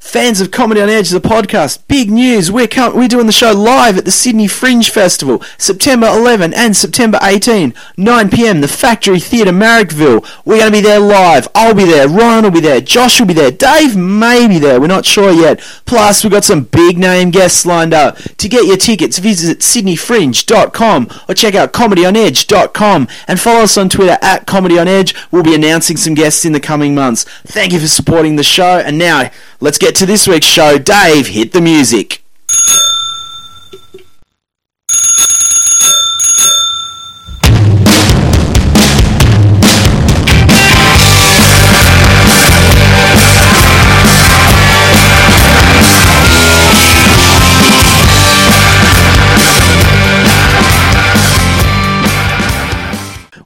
Fans of Comedy on Edge is a podcast. Big news! We're com- we're doing the show live at the Sydney Fringe Festival, September 11 and September 18, 9 p.m. The Factory Theatre, Marrickville. We're going to be there live. I'll be there. Ryan will be there. Josh will be there. Dave may be there. We're not sure yet. Plus, we've got some big name guests lined up. To get your tickets, visit sydneyfringe.com or check out comedyonedge.com and follow us on Twitter at Comedy on Edge. We'll be announcing some guests in the coming months. Thank you for supporting the show. And now, let's get to this week's show. Dave, hit the music.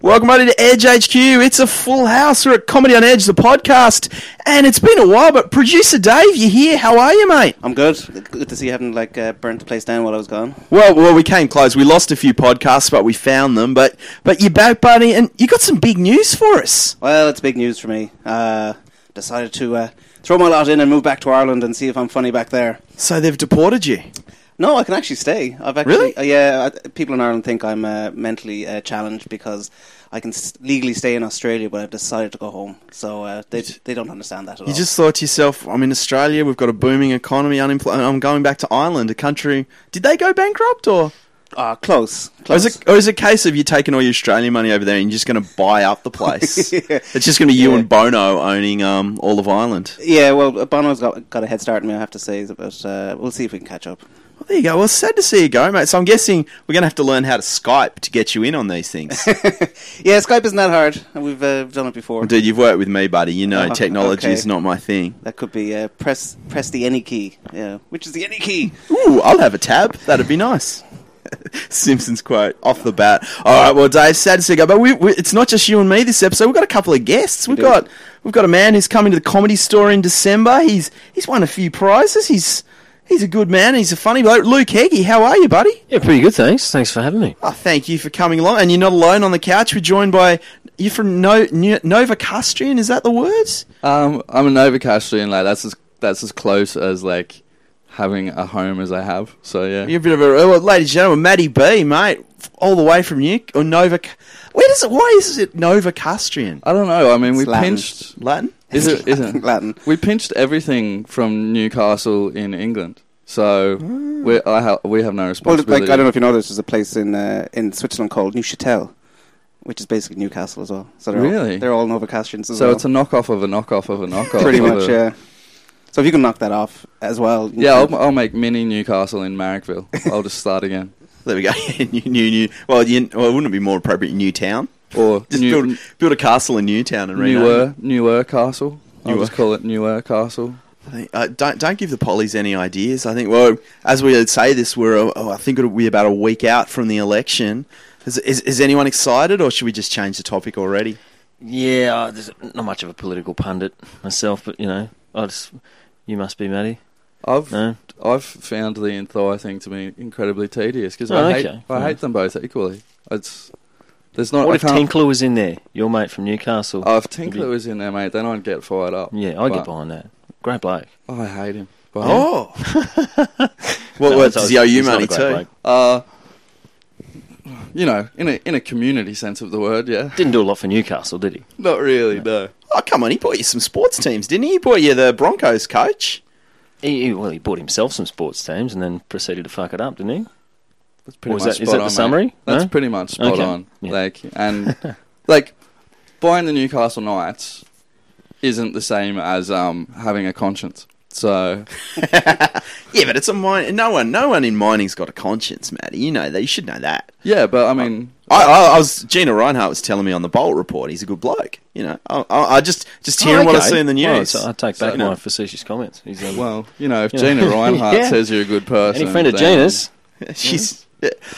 Welcome buddy to Edge HQ. It's a full house. We're at Comedy on Edge, the podcast, and it's been a while. But producer Dave, you here? How are you, mate? I'm good. Good to see you haven't like uh, burnt the place down while I was gone. Well, well, we came close. We lost a few podcasts, but we found them. But but you're back, buddy, and you got some big news for us. Well, it's big news for me. Uh, decided to uh, throw my lot in and move back to Ireland and see if I'm funny back there. So they've deported you. No, I can actually stay. I've actually Really? uh, yeah. I, people in Ireland think I'm uh, mentally uh, challenged because I can s- legally stay in Australia, but I've decided to go home. So uh, they they don't understand that at all. You just thought to yourself, I'm in Australia. We've got a booming economy. Unemployed. I'm going back to Ireland, a country. Did they go bankrupt, or, Ah, close. or Close. Oh, is it or is it a case of you taking all your Australian money over there and you're just going to buy up the place? Yeah. It's just going to be you Yeah. and Bono owning um, all of Ireland. yeah, well, uh, Bono's got got a head start on me. I have to say, but uh, we'll see if we can catch up. Well, there you go. Well, sad to see you go, mate. So I'm guessing we're going to have to learn how to Skype to get you in on these things. Yeah, Skype isn't that hard. We've uh, done it before. Dude, you've worked with me, buddy. You know, Oh, technology is okay. not my thing. That could be uh, press press the any key. Yeah, which is the any key. Ooh, I'll have a tab. That'd be nice. Simpsons quote off the bat. All right, well, Dave, sad to see you go, but we, we, it's not just you and me this episode. We've got a couple of guests. We've do. got we've got a man who's coming to the comedy store in December. He's he's won a few prizes. He's he's a good man. He's a funny bloke. Luke Heggie, how are you, buddy? Yeah, pretty good, thanks. Thanks for having me. Oh, thank you for coming along. And you're not alone on the couch. We're joined by you're from no, New, Nova Castrian. Is that the word? Um, I'm an Novocastrian, like that's as that's as close as like having a home as I have. So yeah, You're a bit of a well, ladies and gentlemen, Maddie B, mate, f- all the way from you or Nova. Where does it? Why is it Nova Castrian? I don't know. I mean, we It's Latin. pinched. Latin. Is it? Is it? Latin. We pinched everything from Newcastle in England. So we I ha- we have no Ah. Well, responsibility. like I don't know if you know this, there's a place in uh, in Switzerland called Neuchâtel, which is basically Newcastle as well. So they're Really? all, they're all Novocastrians as So well. it's a knockoff of a knockoff of a knockoff. pretty of much a- yeah. So if you can knock that off as well, you Yeah, can- I'll, I'll make mini Newcastle in Marrickville. I'll just start again. There we go. new, new, new. Well, you, well, wouldn't it be more appropriate New Town? Or Just new, build, build a castle in Newtown and rename it. newer newer Castle. I'll just Newer. call it newer Castle. I think- Uh, don't don't give the pollies any ideas. I think. Well, as we would say this, we're uh, oh, I think it'll be about a week out from the election. Is, is, is anyone excited, or should we just change the topic already? Yeah, I, there's not much of a political pundit myself, but you know, I just you must be Maddie. I've Ah. No, I've found the Enthoi thing to be incredibly tedious because Oh, I hate okay. I Yeah. hate them both equally. It's there's not. what I if can't- Tinkler was in there? Your mate from Newcastle. Oh, if Tinkler Maybe- was in there, mate, then I'd get fired up. yeah, I But- get behind that. Great bloke. Oh, I hate him. But- Oh, well, No, well so does he owe you he's not money a great too? bloke. Uh, you know, in a in a community sense of the word, yeah. Didn't do a lot for Newcastle, did he? Not really, no. Oh, come on. He bought you some sports teams, didn't he? He bought you the Broncos coach. He, he- well, he bought himself some sports teams and then proceeded to fuck it up, didn't he? That's pretty Was much that- is that spot the on, mate. summary? That's No? pretty much spot Okay. on. Yeah. Like and like buying the Newcastle Knights isn't the same as um having a conscience. So Yeah, but it's a mine. No one, no one in mining's got a conscience, Matty. You know that. You should know that. yeah, but I mean, I, I, I was Gina Reinhart was telling me on the Bolt report. He's a good bloke. You know, I, I, I just just hearing what I Oh, okay. see in the Well, news. so I take back you know. my facetious comments. He's, um, Well, you know, if Yeah. Gina Reinhardt Yeah. says you're a good person, any friend of then- Gina's? She's.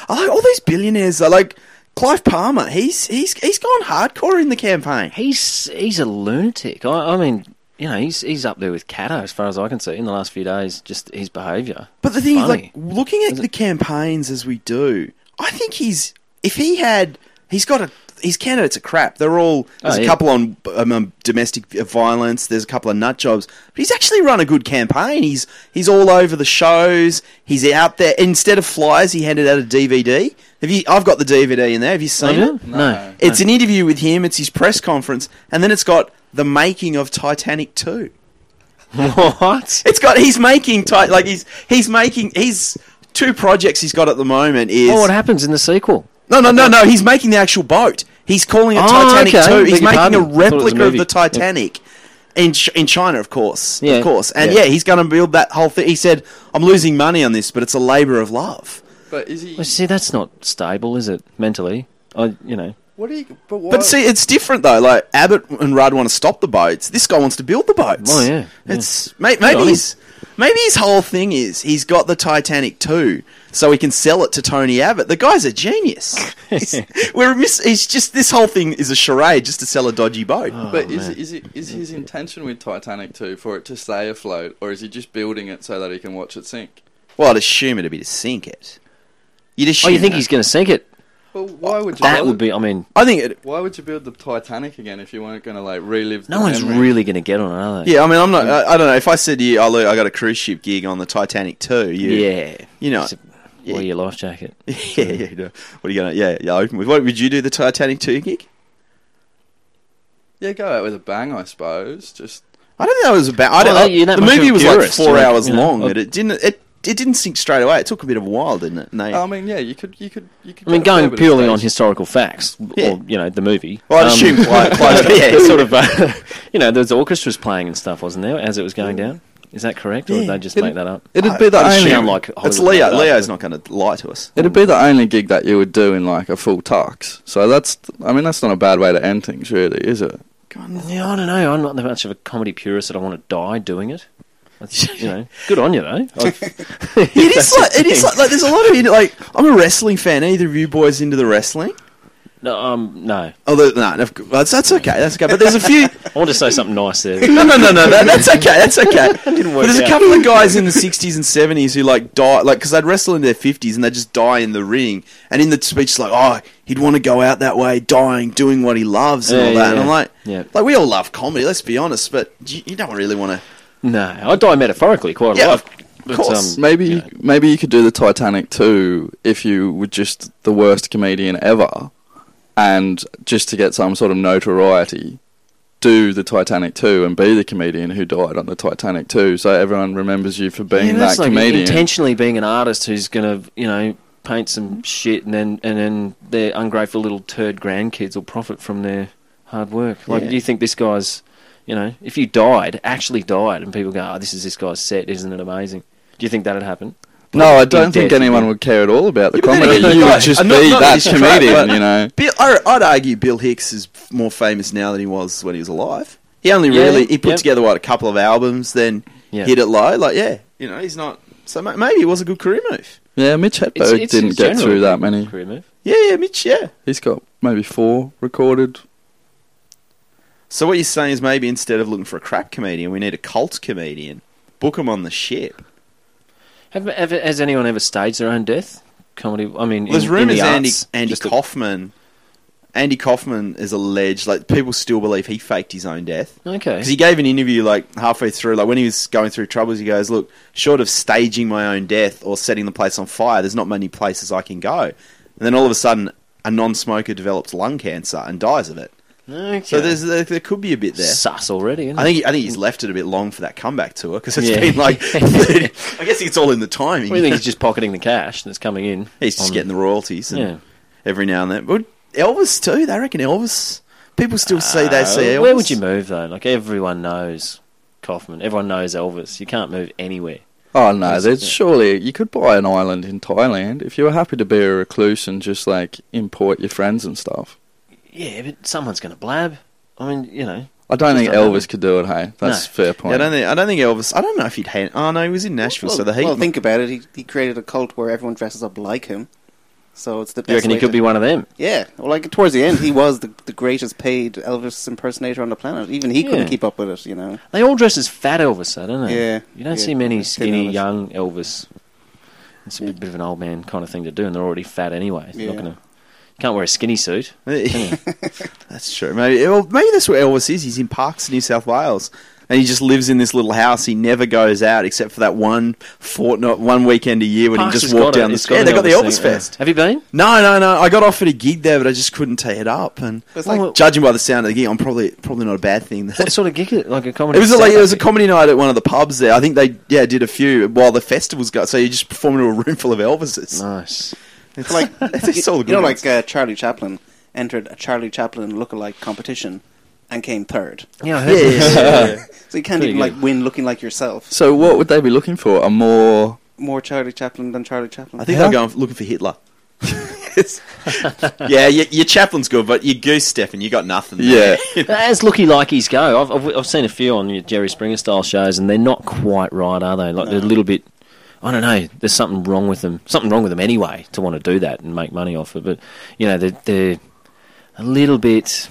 I like all these billionaires. I like Clive Palmer. He's he's he's gone hardcore in the campaign. He's he's a lunatic. I, I mean, you know, he's he's up there with Cato as far as I can see in the last few days. Just his behaviour. But the thing Funny. is, like, looking at the campaigns as we do, I think he's if he had he's got a his candidates are crap. They're all there's Oh, a yeah. couple on um, um, domestic violence. There's a couple of nut jobs, but he's actually run a good campaign. He's he's all over the shows. He's out there. Instead of flyers, he handed out a DVD. Have you? I've got the DVD in there. Have you seen Oh, No. it? No. It's an interview with him. It's his press conference, and then it's got the making of Titanic two. What? It's got he's making ti- like he's he's making he's two projects he's got at the moment is Oh, what happens in the sequel? no no no no he's making the actual boat. He's calling it Oh, Titanic okay. two. Beg He's your making a pardon. I thought it was a replica of movie. the Titanic. In, Ch- in China, of course, Yeah. of course, and yeah, Yeah. he's going to build that whole thing. He said, "I'm losing money on this, but it's a labour of love." But is he? Well, see, that's not stable, is it? Mentally, I, you know. What are you? But what? But see, it's different though. Like Abbott and Rudd want to stop the boats. This guy wants to build the boats. Oh, yeah, yeah. It's may, on maybe him. his maybe his whole thing is he's got the Titanic too, so he can sell it to Tony Abbott. The guy's a genius. He's- we're miss. He's just this whole thing is a charade just to sell a dodgy boat. but Oh, is, man. is it is his intention with Titanic two for it to stay afloat, or is he just building it so that he can watch it sink? Well, I'd assume it'd be to sink it. You'd Oh, assume you think that. he's going to sink it? Well, why would you? That bother? would be. I mean, I think it. Why would you build the Titanic again if you weren't going to like relive? no the one's memory? really going to get on, it, are they? Yeah, I mean, I'm not. I, I don't know. If I said to you, "Oh look, I got a cruise ship gig on the Titanic too," you, Yeah. you know, It's a- Wear your life jacket. yeah, yeah, no. What are you gonna? Yeah, yeah. Open with what would you do? The Titanic two gig? Yeah, go out with a bang, I suppose. Just I don't think that was about. I Well, don't, you're know. Oh, that the much of movie a was like purist, Oh. four like, hours you know, long, I- but it didn't. It it didn't sink straight away. It took a bit of a while, didn't it? No. I mean, yeah, you could, you could, you could. I mean, get a fair going bit of purely space. on historical facts, Yeah. or you know, the movie. well, I'd um, assume quite, quite yeah, yeah, it's sort of. Uh, you know, there's orchestras playing and stuff, wasn't there, as it was going down? Is that correct, or did Yeah. they just It- make that up? It'd be the I'd only. assume- sound like It's Hollywood Leo. made it up, Leo's not going to lie to us. It'd be the only gig that you would do in like a full tux. So that's, I mean, that's not a bad way to end things, really, is it? Um, Yeah, I don't know. I'm not that much of a comedy purist that I want to die doing it. That's, you know, good on you though. It is like it is like, like there's a lot of like I'm a wrestling fan. Either of you boys into the wrestling? No, um, no. Although no, of course- that's, that's okay. That's okay. But there's a few. I want to say something nice there. No, no, no, no. That, that's okay. That's okay. But work there's a out. couple of guys in the 60s and 70s who like die, like because they'd wrestle in their 50s and they just die in the ring. And in the speech, like, oh, he'd want to go out that way, dying, doing what he loves, and Yeah, all that. yeah, and I'm yeah. like, Yeah. like we all love comedy. Let's be honest, but you, you don't really want to. No, I die metaphorically quite a Yeah, lot. um, of course. Maybe, you, maybe you could do the Titanic too if you were just the worst comedian ever, and just to get some sort of notoriety, do the Titanic too and be the comedian who died on the Titanic too, so everyone remembers you for being Yeah, that that's like comedian. intentionally being an artist who's going to, you know, paint some shit, and then and then their ungrateful little turd grandkids will profit from their hard work. Like, Yeah. do you think this guy's, you know, if you died, actually died, and people go, "Oh, this is this guy's set, isn't it amazing?" Do you think that'd happen? no, I don't think death, anyone yeah. would care at all about the Yeah, but then comedy. again, You like, would just uh, be not- not that this crap, comedian, but- you know. Bill, I, I'd argue Bill Hicks is f- more famous now than he was when he was alive. He only Yeah, really he put yep. together what a couple of albums, then Yeah. hit it low. Like, yeah, you know, he's not. So ma- maybe it was a good career move. Yeah, Mitch Hedberg It's- it's didn't get generally through a that many. career move. Yeah, yeah, Mitch, yeah. He's got maybe four recorded. So what you're saying is maybe instead of looking for a crap comedian, we need a cult comedian. Book him on the ship. Have, have, has anyone ever staged their own death? Comedy. I mean, in- There's in rumours the Andy arts, Andy just a- Kaufman. Andy Kaufman is alleged. Like people still believe he faked his own death okay. because he gave an interview like halfway through, like when he was going through troubles. He goes, "Look, short of staging my own death or setting the place on fire, there's not many places I can go." And then all of a sudden, a non-smoker develops lung cancer and dies of it. okay. So there's there, there could be a bit there. sus already. Isn't I think I think he's left it a bit long for that comeback tour because it's Yeah. been like. 30, I guess it's all in the timing. it? I think he's just pocketing the cash that's coming in. he's just on- getting the royalties and Yeah. every now and then. But Elvis too, they reckon Elvis. People still say they see Uh, Elvis. Where would you move though? Like everyone knows Kaufman. Everyone knows Elvis. You can't move anywhere. Oh no, Yes, there's yeah. surely you could buy an island in Thailand if you were happy to be a recluse and just like import your friends and stuff. Yeah, but someone's going to blab. I mean, you know. I Just don't think don't Elvis know. could do it. Hey, that's No. a fair Yeah, point. I don't think I don't think Elvis. I don't know if he'd hate. Oh no, he was in Nashville, well, so the heat. well, think about it. He, he created a cult where everyone dresses up like him. So it's the best. You reckon he way could to- be one of them? Yeah. Well, like towards the end, he was the, the greatest paid Elvis impersonator on the planet. Even he couldn't Yeah. keep up with it, you know. They all dress as fat Elvis, though, don't they? Yeah. You don't Yeah, see many thin skinny Elvis. young Elvis. It's a bit, bit of an old man kind of thing to do, and they're already fat anyway. So They're Yeah. not going to Can't wear a skinny suit. That's true. Maybe well, maybe that's where Elvis is. He's in Parks, New South Wales, and he just lives in this little house. He never goes out except for that one fortnight, one weekend a year when he Parks has just walked got it. down the It's street. Yeah, an they got the Elvis thing, yeah. Fest. Have you been? No, no, no. I got offered a gig there, but I just couldn't tee it up. And It's like- Well, judging by the sound of the gig, I'm probably probably not a bad thing. What sort of gig? is it? Like a comedy? It was a, like it setup? was a comedy night at one of the pubs there. I think they yeah did a few while the festival's got. So you just perform into a room full of Elvises. Nice. It's like it's all you good. know, ones. like uh, Charlie Chaplin entered a Charlie Chaplin lookalike competition and came third. Yeah, I yeah, heard yeah, this. yeah, yeah. So you can't Pretty even good. like win looking like yourself. So what would they be looking for? A more More Charlie Chaplin than Charlie Chaplin. I think Yeah. they're going looking for Hitler. yeah, your, your chaplain's good, but your goose, Stefan, you got nothing. yeah. As looky likeys go, I've, I've, I've seen a few on your Jerry Springer style shows, and they're not quite right, are they? Like they're a little bit. I don't know. There's something wrong with them. Something wrong with them anyway to want to do that and make money off it. But you know, they're, they're a little bit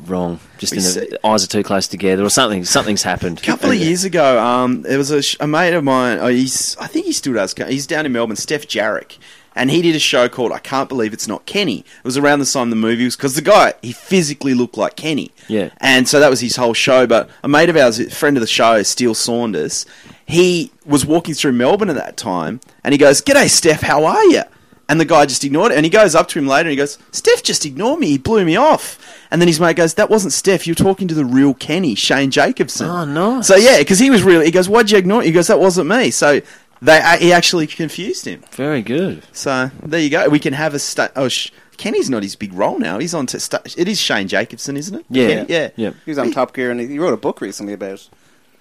wrong. Just We in see- the, the eyes are too close together, or something. Something's happened. A couple of years ago, um, there was a, sh- a mate of mine. Oh, he's I think he still does. co- He's down in Melbourne, Steph Jarrick, and he did a show called "I Can't Believe It's Not Kenny." It was around the time the movie was because the guy he physically looked like Kenny. Yeah. and so that was his whole show. But a mate of ours, a friend of the show, Steele Saunders, he was walking through Melbourne at that time, and he goes, "G'day, Steph. How are you?" And the guy just ignored it. And he goes up to him later and he goes, Steph just ignored me. He blew me off. And then his mate goes, That wasn't Steph. You're talking to the real Kenny, Shane Jacobson. Oh, nice. So, yeah, because he was really, he goes, Why'd you ignore me? He goes, That wasn't me. So they uh, he actually confused him. Very good. So there you go. We can have a. Sta- oh, sh- Kenny's not his big role now. He's on to. Sta- it is Shane Jacobson, isn't it? Yeah. Kenny? Yeah. Yeah. He was on Top Gear, and he he wrote a book recently about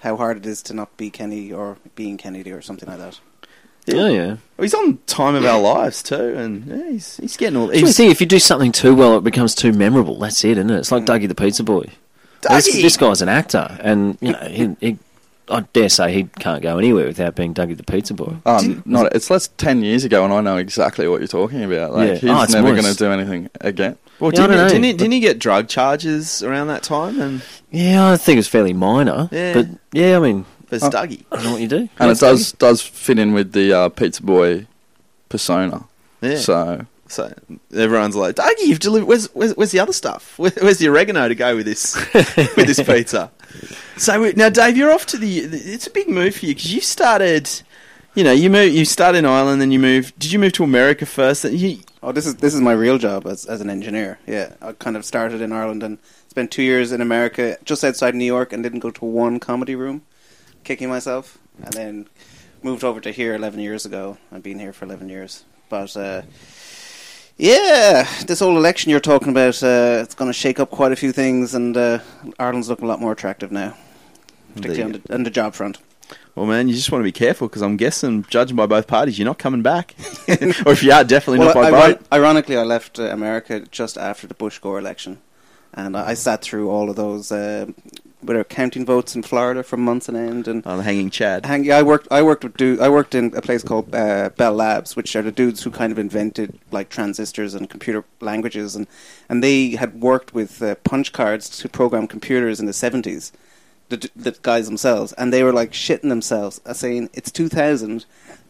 how hard it is to not be Kenny or being Kennedy or something like that. Yeah, Oh, yeah. Well, He's on Time of Our Lives too, and yeah, he's he's getting all. Here's the He's, thing: if you do something too well, it becomes too memorable. That's it, isn't it? Mm. It's like Dougie the Pizza Boy. This, Dougie! this guy's an actor, and you know, he, he, I dare say he can't go anywhere without being Dougie the Pizza Boy. Um, not it's less ten years ago, and I know exactly what you're talking about. Like Yeah. he's Oh, it's never worse. going to do anything again. well, Yeah, I didn't, don't he, know. didn't, he, didn't he get drug charges around that time? And Yeah, I think it's fairly minor, Yeah. but yeah, I mean, there's Oh. Dougie. I don't know what you do. and That's it does does fit in with the uh, pizza boy persona. Yeah. So, So everyone's like, Dougie, you've delivered. Where's, where's where's the other stuff? Where, where's the oregano to go with this with this pizza? So we, now, Dave, you're off to the. It's a big move for you because you started. You know, you move. You started in Ireland, then you moved. Did you move to America first? And You, Oh, this is this is my real job as as an engineer. Yeah, I kind of started in Ireland and spent two years in America, just outside New York, and didn't go to one comedy room, kicking myself, and then moved over to here eleven years ago. I've been here for eleven years, but. Uh, yeah, this whole election you're talking about, uh, it's going to shake up quite a few things, and uh, Ireland's looking a lot more attractive now, particularly on the, on the job front. well, man, you just want to be careful because I'm guessing, judging by both parties, you're not coming back, or if you are, definitely Well, not by I- boat. iron- ironically, I left uh, America just after the Bush Gore election, and I, I sat through all of those uh, whether counting votes in Florida for months on end. And on Oh, the hanging Chad. hang, yeah, I worked. I worked with dude, I worked in a place called uh, Bell Labs, which are the dudes who kind of invented like transistors and computer languages, and and they had worked with uh, punch cards to program computers in the seventies. The, d- the guys themselves, and they were like shitting themselves, uh, saying it's two thousand,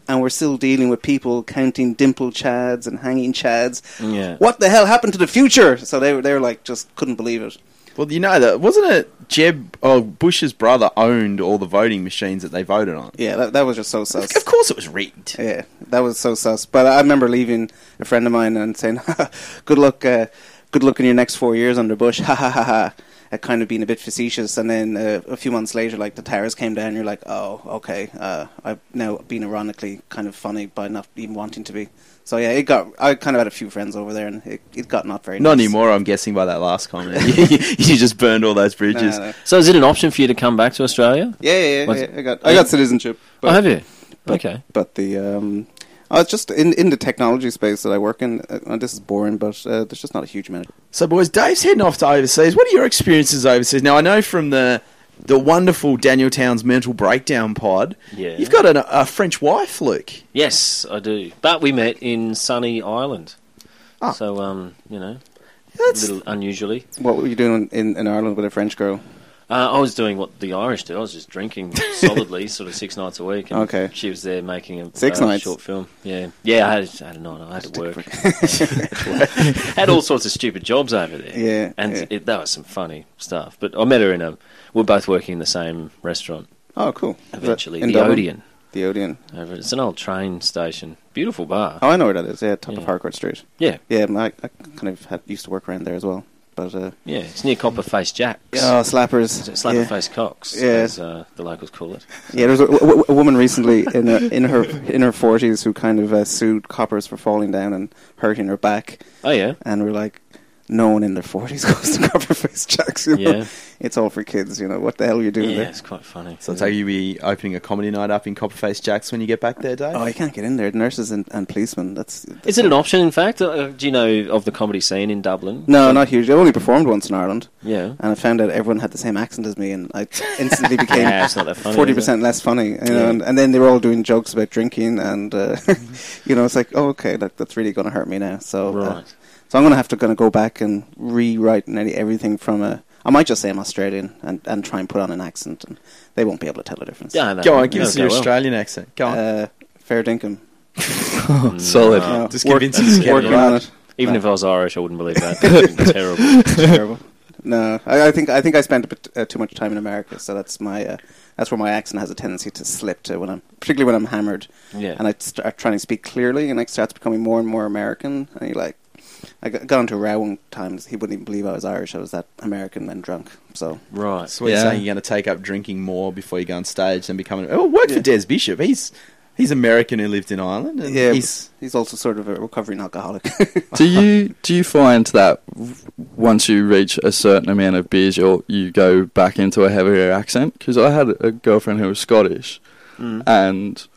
and we're still dealing with people counting dimple chads and hanging chads. Yeah. What the hell happened to the future? So they were they were like just couldn't believe it. Well, you know that wasn't it? Jeb, oh, Bush's brother owned all the voting machines that they voted on. Yeah, that, that was just so sus. Of course, it was rigged. Yeah, that was so sus. But I remember leaving a friend of mine and saying, "Good luck, uh, good luck in your next four years under Bush." Ha ha ha ha. Uh, kind of being a bit facetious, and then uh, a few months later, like the towers came down, you're like, "Oh, okay." Uh, I've now been ironically kind of funny by not even wanting to be. So yeah, it got. I kind of had a few friends over there, and it, it got not very. Not nice. anymore. I'm guessing by that last comment, you, you just burned all those No, bridges. no. So, is it an option for you to come back to Australia? Yeah, yeah, yeah, Was- yeah. I got, I got citizenship. oh, have you? Okay. but the um, I was just in in the technology space that I work in. Uh, and this is boring, but uh, there's just not a huge amount. Of So, boys, Dave's heading off to overseas. What are your experiences overseas? Now, I know from the the wonderful Daniel Town's mental breakdown pod, Yeah. you've got an, a French wife, Luke. Yes, I do. But we met in sunny Ireland, Ah. so um, you know, a That's little unusually. What were you doing in, in Ireland with a French girl? Uh, I was doing what the Irish do. I was just drinking solidly, sort of six nights a week. And Okay. She was there making a Six uh, nights? short film. Yeah, yeah. I had, I had a night. I had to work. had all sorts of stupid jobs over there. Yeah, and yeah. It, that was some funny stuff. But I met her in a. We're both working in the same restaurant. Oh, cool. Is that Eventually, in the Dublin? Odeon. The Odeon. Over, it's an old train station. Beautiful bar. Oh, I know where that is. Yeah, top of Yeah. Harcourt Street. Yeah, Yeah, I, I kind of had, used to work around there as well. But uh, yeah. It's near Copperface Jack's. oh, slappers. Slap yeah. and face cocks, Yeah. as uh, the locals call it. Yeah, there was a, w- w- a woman recently in a, in her in her forties who kind of uh, sued coppers for falling down and hurting her back, Oh yeah, and we're like, no one in their forties goes to copper face jacks. You know? Yeah. it's all for kids. You know what the hell are you doing yeah. there? It's quite funny. So I take it you be opening a comedy night up in Copperface Jacks when you get back there, Dave? Oh, you can't get in there. Nurses and, and policemen. That's, Is it an option? In fact, uh, do you know of the comedy scene in Dublin? no, not huge. I only performed once in Ireland, Yeah. and I found out everyone had the same accent as me, and I instantly became Yeah, it's not that funny. forty is percent less funny, you know, Yeah. and, and then they were all doing jokes about drinking, and uh, you know, it's like, oh, okay, like that's really going to hurt me now. So, it? uh, Right. so I'm going to have to kind of go back and rewrite nearly everything from a. I might just say I'm Australian and, and try and put on an accent, and they won't be able to tell the difference. Yeah, no, Go on, no, give us go your well. Australian accent. Go on. Uh, fair dinkum. Oh, Solid. You know, Just work- convince us to get working it. on it. Mm. Uh, Even if I was Irish, I wouldn't believe that. That'd be terrible. terrible. No, I, I think I think I spent a bit uh, too much time in America, so that's my uh, that's where my accent has a tendency to slip to when I'm particularly when I'm hammered. Yeah. and I start trying to speak clearly, and it starts becoming more and more American. And you like, I got, got into a row one time. He wouldn't even believe I was Irish. I was that American and drunk. So Right. So what you're Yeah. saying you're going to take up drinking more before you go on stage than becoming. Oh, work for Des Bishop. He's he's American who lived in Ireland. And yeah, he's he's he's also sort of a recovering alcoholic. do you do you find that w- once you reach a certain amount of beers, you you go back into a heavier accent? Because I had a girlfriend who was Scottish, Mm. Uh, and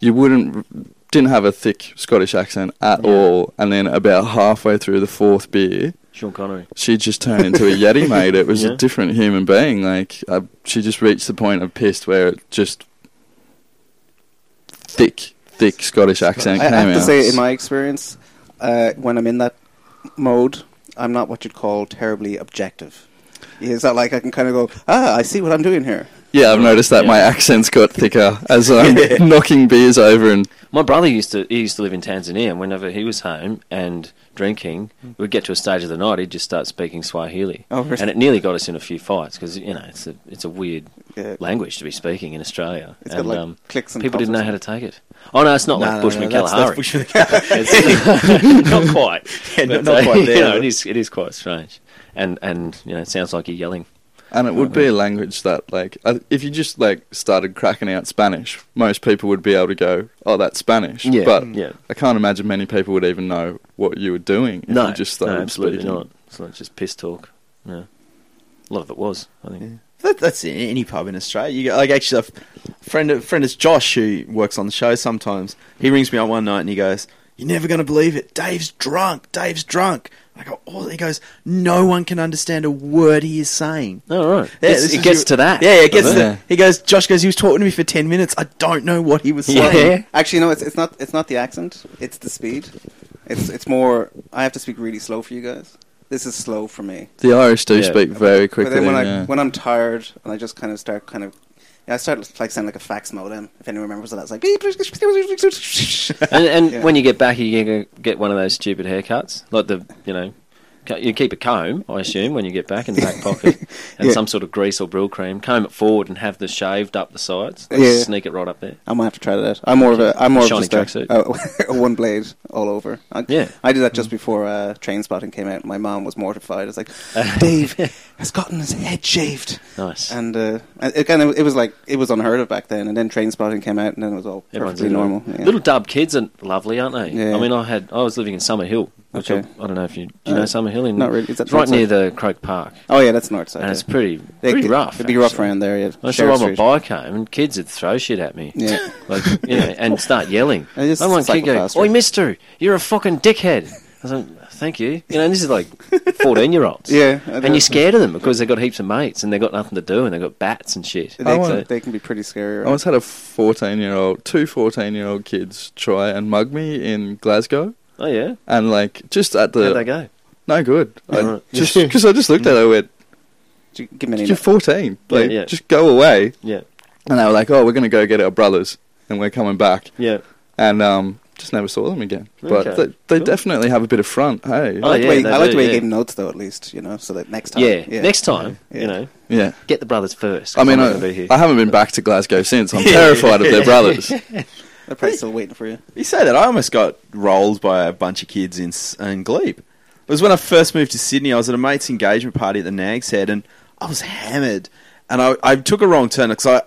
you wouldn't didn't have a thick Scottish accent at Yeah. all. And then about halfway through the fourth beer, Sean Connery. she just turned into a yeti, mate. It was Yeah. a different human being. Like I, she just reached the point of pissed where it just thick, thick Scottish accent I came have out. to say, in my experience, uh, when I'm in that mode, I'm not what you'd call terribly objective. It's not like I can kind of go, ah, I see what I'm doing here. Yeah, I've noticed that my Yeah. accent's got thicker as I'm knocking beers over and My brother used to he used to live in Tanzania, and whenever he was home and drinking, we'd get to a stage of the night, he'd just start speaking Swahili, Mm. Oh, really? and it nearly got us in a few fights because you know it's a it's a weird Yeah. language to be speaking in Australia, It's and um, got, like, clicks and people didn't know coughs. how to take it. Oh no, it's not No, like no, Bushman no, that's- that's Kalahari. Bushman It's- not quite. Yeah, not- But, not uh, quite You there, know, but- it is it is quite strange, and and you know it sounds like you're yelling. and it would be a language that like I- if you just like started cracking out Spanish, most people would be able to go, "Oh, that's Spanish." Yeah, but yeah. I can't imagine many people would even know what you were doing if no, you just no, started absolutely speaking. not. It's not just piss talk. No, a lot of it was. I think. that, that's in any pub in Australia. You go, like actually, a friend of friend is Josh who works on the show sometimes. He rings me up one night and he goes, "You're never going to believe it. Dave's drunk. Dave's drunk." I go, "Oh," he goes, "No one can understand a word he is saying." oh, right. Yeah, It's- this it is gets your- to that. Yeah, it gets. does To, it? Yeah. He goes. Josh goes. He was talking to me for ten minutes. I don't know what he was Yeah. saying. Actually, no, it's, it's not. It's not the accent. It's the speed. It's it's more. I have to speak really slow for you guys. This is slow for me. The Irish do Yeah. speak very quickly. but then when yeah. I when I'm tired and I just kind of start kind of. Yeah, I start like sound like a fax modem. If anyone remembers that, it's like. beep, beep, beep, beep, beep, beep. And, and Yeah. when you get back, you gonna get one of those stupid haircuts, like the you know, cu- you keep a comb, I assume, when you get back in the back pocket, and Yeah. some sort of grease or brill cream. Comb it forward and have the shaved up the sides. Yeah. sneak it right up there. I might have to try that. I'm more of a I'm more of Shiny just a, a, one blade all over. I, Yeah. Mm. I did that just before uh, Train Spotting came out. My mom was mortified. It's like Dave has gotten his head shaved. Nice. And uh, again, it was like it was unheard of back then. And then Train Spotting came out, and then it was all Everyone's perfectly into normal. it. Yeah. Little dub kids are lovely, aren't they? Yeah. I mean, I had I was living in Summer Hill, which Okay. I, I don't know if you do you Uh, know Summer Hill in not really. Is that it's right north near the Croke Park, Oh yeah, that's north side. and yeah. it's pretty They- pretty they- rough. It'd be rough actually. around there. Yeah, I used to Sheriff ride my Street. bike home, and kids would throw shit at me. Yeah. like you know, and start yelling. And it's And one kid go, psychopaths, "Oi, right? Mister, you're a fucking dickhead." I was like, "Thank you." You know, and this is like fourteen year olds. Yeah, I and know. you're scared of them because they've got heaps of mates and they've got nothing to do and they've got bats and shit. They, So- can, they can be pretty scary. I Right? once had a 14 year old, two 14 year old kids try and mug me in Glasgow. oh yeah, And like, just at the. how'd they go? No good. I Alright. just because I just looked at her, and went, Ju- Give me an You're 14. Like, Yeah, yeah. just go away. Yeah, And they were like, oh, we're going to go get our brothers, and we're coming back. yeah. And um, just never saw them again. But Okay. they, they Cool. definitely have a bit of front. Hey, I Oh, like the yeah, way, they I like do, the way yeah. you gave notes though, at least you know, so that next time. Yeah. Next time, Yeah. you know, yeah. get the brothers first. I 'cause mean, I'm not gonna be I, here. I haven't been back to Glasgow since. I'm terrified of their brothers. They're probably still waiting for you. You say that I almost got rolled by a bunch of kids in, S- in Glebe. It was when I first moved to Sydney. I was at a mate's engagement party at the Nag's Head, and I was hammered. And I, I took a wrong turn because I,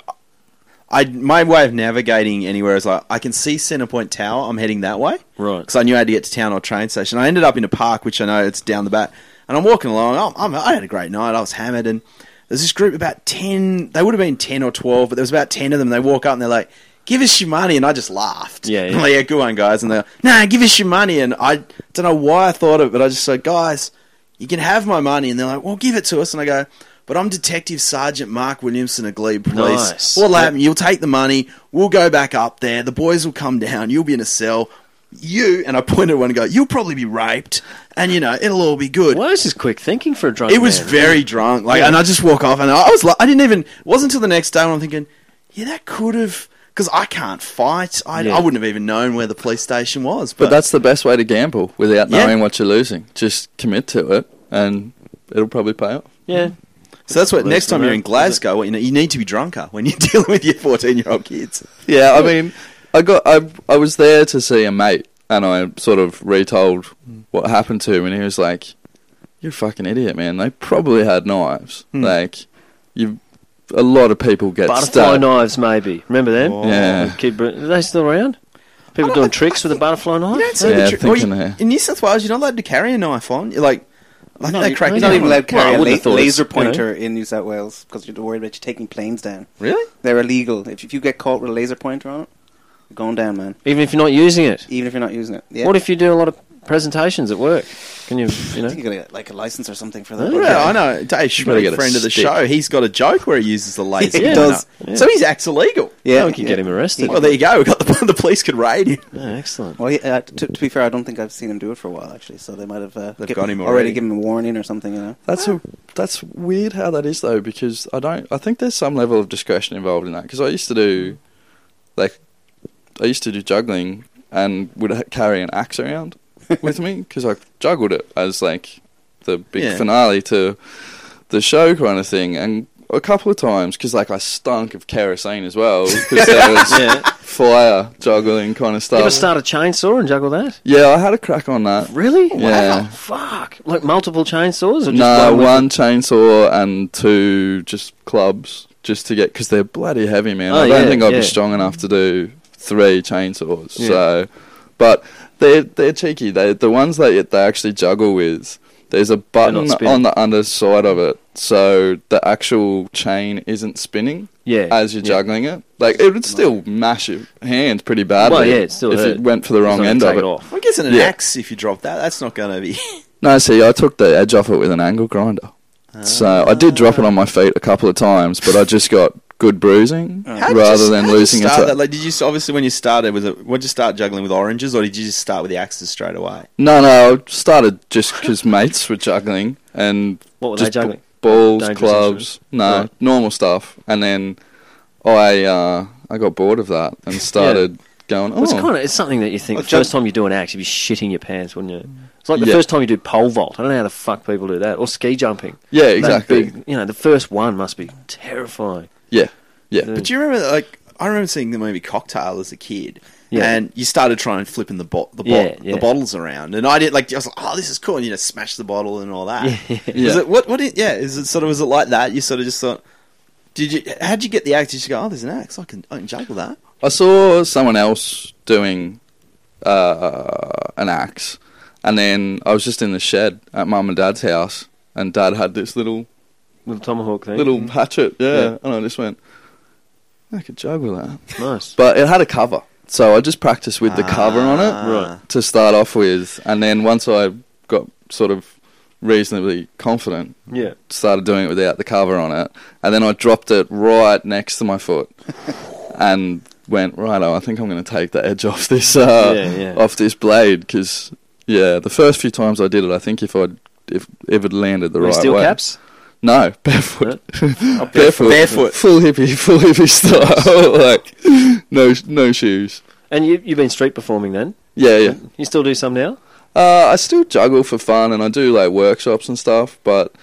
I my way of navigating anywhere is like I can see Centrepoint Tower. I'm heading that way, Right. Because I knew I had to get to town or train station. I ended up in a park, which I know it's down the back. And I'm walking along. I'm, I'm, I had a great night. I was hammered, and there's this group about ten. They would have been ten or twelve, but there was about ten of them. They walk up and they're like, "Give us your money," and I just laughed. Yeah, yeah. I'm like, yeah, good one, guys. And they're nah, give us your money. And I don't know why I thought it, but I just said, guys, you can have my money. And they're like, well, give it to us. And I go, but I'm Detective Sergeant Mark Williamson of Glebe Police. Nice. What'll happen? You'll take the money. We'll go back up there. The boys will come down. You'll be in a cell. You and I pointed at one and go, you'll probably be raped. And you know, it'll all be good. Well, this is quick thinking for a drunk. It was man. very drunk, like, and I just walk off, and I was like, I didn't even. It wasn't until the next day when I'm thinking, yeah, that could have, because I can't fight. I, Yeah. I wouldn't have even known where the police station was. But, But that's the best way to gamble without Yeah. knowing what you're losing. Just commit to it, and it'll probably pay off. Yeah. so that's what Well, next time you're in that's- Glasgow, what, you know, you need to be drunker when you're dealing with your 14 year old kids. Yeah, I mean, I got I I was there to see a mate, and I sort of retold what happened to him, and he was like, "You're a fucking idiot, man. They probably had knives. Hmm. Like, you, a lot of people get Butterfly stabbed. knives, maybe. Remember them? Oh. Yeah. Kid Br- are they still around? People I doing don't- tricks with a butterfly knife? You don't see Yeah, the I'm tr- well, you- thinking there. in New South Wales, you're not allowed to carry a knife on. You're like, like No, they you- crack you're down not even on allowed it. to carry Well, I a wouldn't have la- thought it's- laser you know. pointer in New South Wales because you're worried about you taking planes down. Really? They're illegal. If, if you get caught with a laser pointer on it, you're going down, man. Even if you're not using it. Even if you're not using it. Yeah. What if you do a lot of presentations at work? Can you, you I know? think you got to get like a license or something for that. Yeah. Yeah, I know. Dave Schmidt, better get a a friend of the stick. show, he's got a joke where he uses the laser. He pointer. does. So he's acts illegal. Yeah. No one can get him arrested. Well, there you go. We got the, the police could raid him. Yeah, excellent. Well, yeah, uh, to, to be fair, I don't think I've seen him do it for a while actually. So they might have uh, They've given- got him already. given him a warning or something. You know. That's Ah. a that's weird how that is though because I don't I think there's some level of discretion involved in that because I used to do like I used to do juggling and would ha- carry an axe around with me because I juggled it as like the big Yeah. finale to the show kind of thing and a couple of times because like I stunk of kerosene as well because there was Yeah. fire juggling kind of You ever stuff. start a chainsaw and juggle that? yeah, I had a crack on that. Really? Uh, Yeah. Wow. Fuck. Like multiple chainsaws or just No, with one chainsaw and two just clubs, just to get because they're bloody heavy, man. Oh, I don't yeah, think I'd yeah. be strong enough to do three chainsaws. Yeah. So, but they're they're cheeky. They the ones that they actually juggle with. There's a button spinning. on the underside of it, so the actual chain isn't spinning Yeah. as you're yeah. juggling it. Like it would still mash your hand pretty badly. Well, yeah, it still if hurt. it went for the As wrong long as end you of take it. off. I'm guessing an Yeah. axe if you drop that. That's not going to be. No, see, I took the edge off it with an angle grinder. So I did drop it on my feet a couple of times, but I just got good bruising How did you- rather than how did you losing it. start to- that? Like, did you s- obviously when you started was it? Would you start juggling with oranges, or did you just start with the axes straight away? no, no, I started just because mates were juggling and What were they just b- juggling? balls, Dangerous clubs, no, Right. normal stuff. And then I uh, I got bored of that and started going. Oh, Well, it's kind of it's something that you think Well, the jug- first time you do an axe, you'd be shitting your pants, wouldn't you? It's like the Yeah. first time you do pole vault. I don't know how the fuck people do that or ski jumping. yeah, That exactly. big- you know, the first one must be terrifying. yeah, yeah. The- But do you remember? Like, I remember seeing the movie Cocktail as a kid. Yeah. And you started trying flipping the bo- the, bo- Yeah, yeah. the bottles around, and I did like I was like, oh, this is cool, and you know, smash the bottle and all that. Yeah. Is Yeah. it what? What? It, yeah, is it sort of? Was it like that? You sort of just thought, did you? How'd you get the axe? Did you go? Oh, there's an axe. I can I can juggle that. I saw someone else doing uh, an axe, and then I was just in the shed at mum and dad's house, and dad had this little Little tomahawk thing. little hatchet, yeah, Yeah. and I just went, I could juggle that, nice. but it had a cover, so I just practiced with the cover on it Ah. Right. to start off with, and then once I got sort of reasonably confident, Yeah. started doing it without the cover on it, and then I dropped it right next to my foot, and went right. Oh, I think I'm going to take the edge off this uh, Yeah, yeah. off this blade because yeah, the first few times I did it, I think if I if if it landed the Were you right steel way, caps? No, barefoot. barefoot. Barefoot. Full hippie, full hippie style. like no no shoes. And you, you've been street performing then? Yeah, yeah. You still do some now? Uh, I still juggle for fun and I do like workshops and stuff, but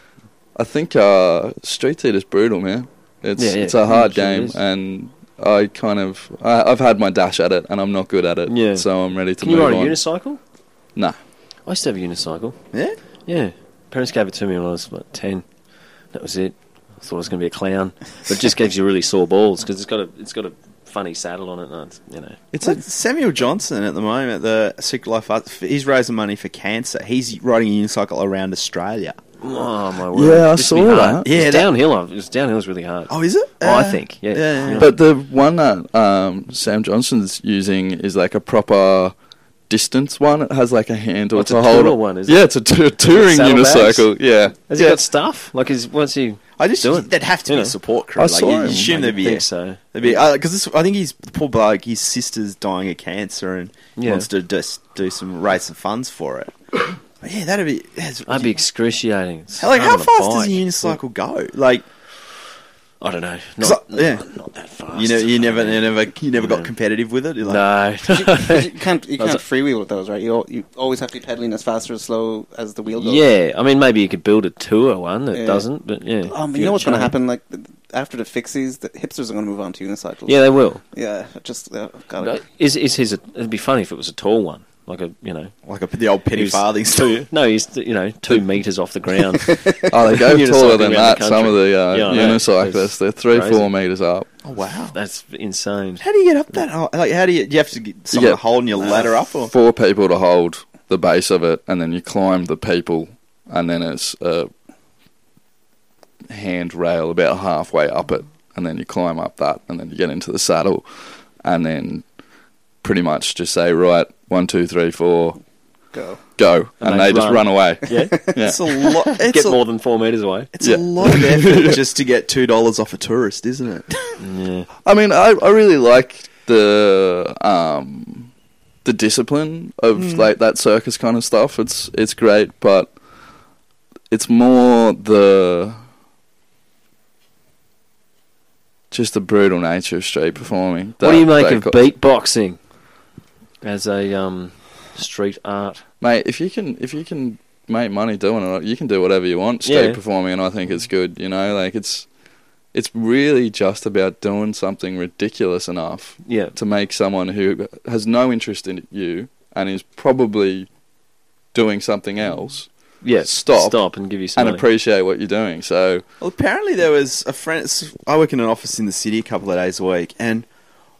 I think uh, street theatre's brutal, man. It's Yeah, yeah. it's a hard Mm, sure game, is. and I kind of I, I've had my dash at it, and I'm not good at it. Yeah. So I'm ready to Can you move ride a on. unicycle? Nah. I used to have a unicycle. Yeah? Yeah. Parents gave it to me when I was like 10. That was it. I thought I was going to be a clown. But it just gives you really sore balls because it's got a it's got a funny saddle on it. And it's, you know. It's like Samuel Johnson at the moment, the Secret Life. Art- He's raising money for cancer. He's riding a unicycle around Australia. Oh my word! Yeah, I This would be saw hard. that. It's Yeah, that- downhill. It was downhill is really hard. Oh, is it? Oh, I Uh, think, yeah. yeah, yeah. But the one that um, Sam Johnson's using is like a proper distance one. It has like a handle Oh, it's to a hold tour on- one, is it? yeah, it's a tou- touring saddlebags? unicycle. Yeah. Has Yeah. he got stuff? Like, is once he? I just do it. there'd have to You be know. a support crew. I like, saw you, him. you assume there'd be think a- so. There'd be because I think he's the poor bloke. His sister's dying of cancer and he Yeah. wants to just do some raise some funds for it. But yeah, that'd be. That's, I'd be excruciating. It's like, hard how on a fast does a bike. unicycle go? Like, I don't know. 'cause Not, I- yeah, not that fast. you know, you never, you never, you never got competitive with it. You're like, No. you can't you That's can't a- freewheel with those, right? You al- you always have to be pedaling as fast or as slow as the wheel goes. yeah, I mean, maybe you could build a tour one that Yeah. doesn't, but yeah. Um, If you know you're what's going to trying- happen? Like th- after the fixies, the hipsters are going to move on to unicycles. Yeah, they will. Yeah. Just uh, got No, it. Is is his? A, it'd be funny if it was a tall one, like a you know. like a, the old penny He's- farthings to you. No, he's you know two meters off the ground. Oh, they go Unicycling taller around than the that. Some of country. the uh, Yeah, I know. unicyclists, It's they're three, crazy. four meters up. Oh wow! That's insane. How do you get up that? high? Like, how do you? Do you have to get someone Yeah. holding your ladder up, or Four people to hold the base of it, and then you climb the people, and then it's a handrail about halfway up it, and then you climb up that, and then you get into the saddle, and then pretty much just say right one, two, three, four, Go. go, and, And they they just run. run away. Yeah, Yeah. it's a lot. It's get a, more than four meters away. It's a Yeah. lot of effort just to get two dollars off a tourist, isn't it? Yeah, I mean, I, I really like the um, the discipline of Hmm. like that circus kind of stuff. It's it's great, but it's more the just the brutal nature of street performing. what do you that- make that of got- beatboxing as a um, street art? mate? If you can, if you can make money doing it, you can do whatever you want. Street Yeah. performing, and I think it's good. You know, like it's it's really just about doing something ridiculous enough Yeah, to make someone who has no interest in you and is probably doing something else yeah. Stop. stop, and give you some. and money. appreciate what you're doing. So Well, apparently there was a friend. I work in an office in the city a couple of days a week, and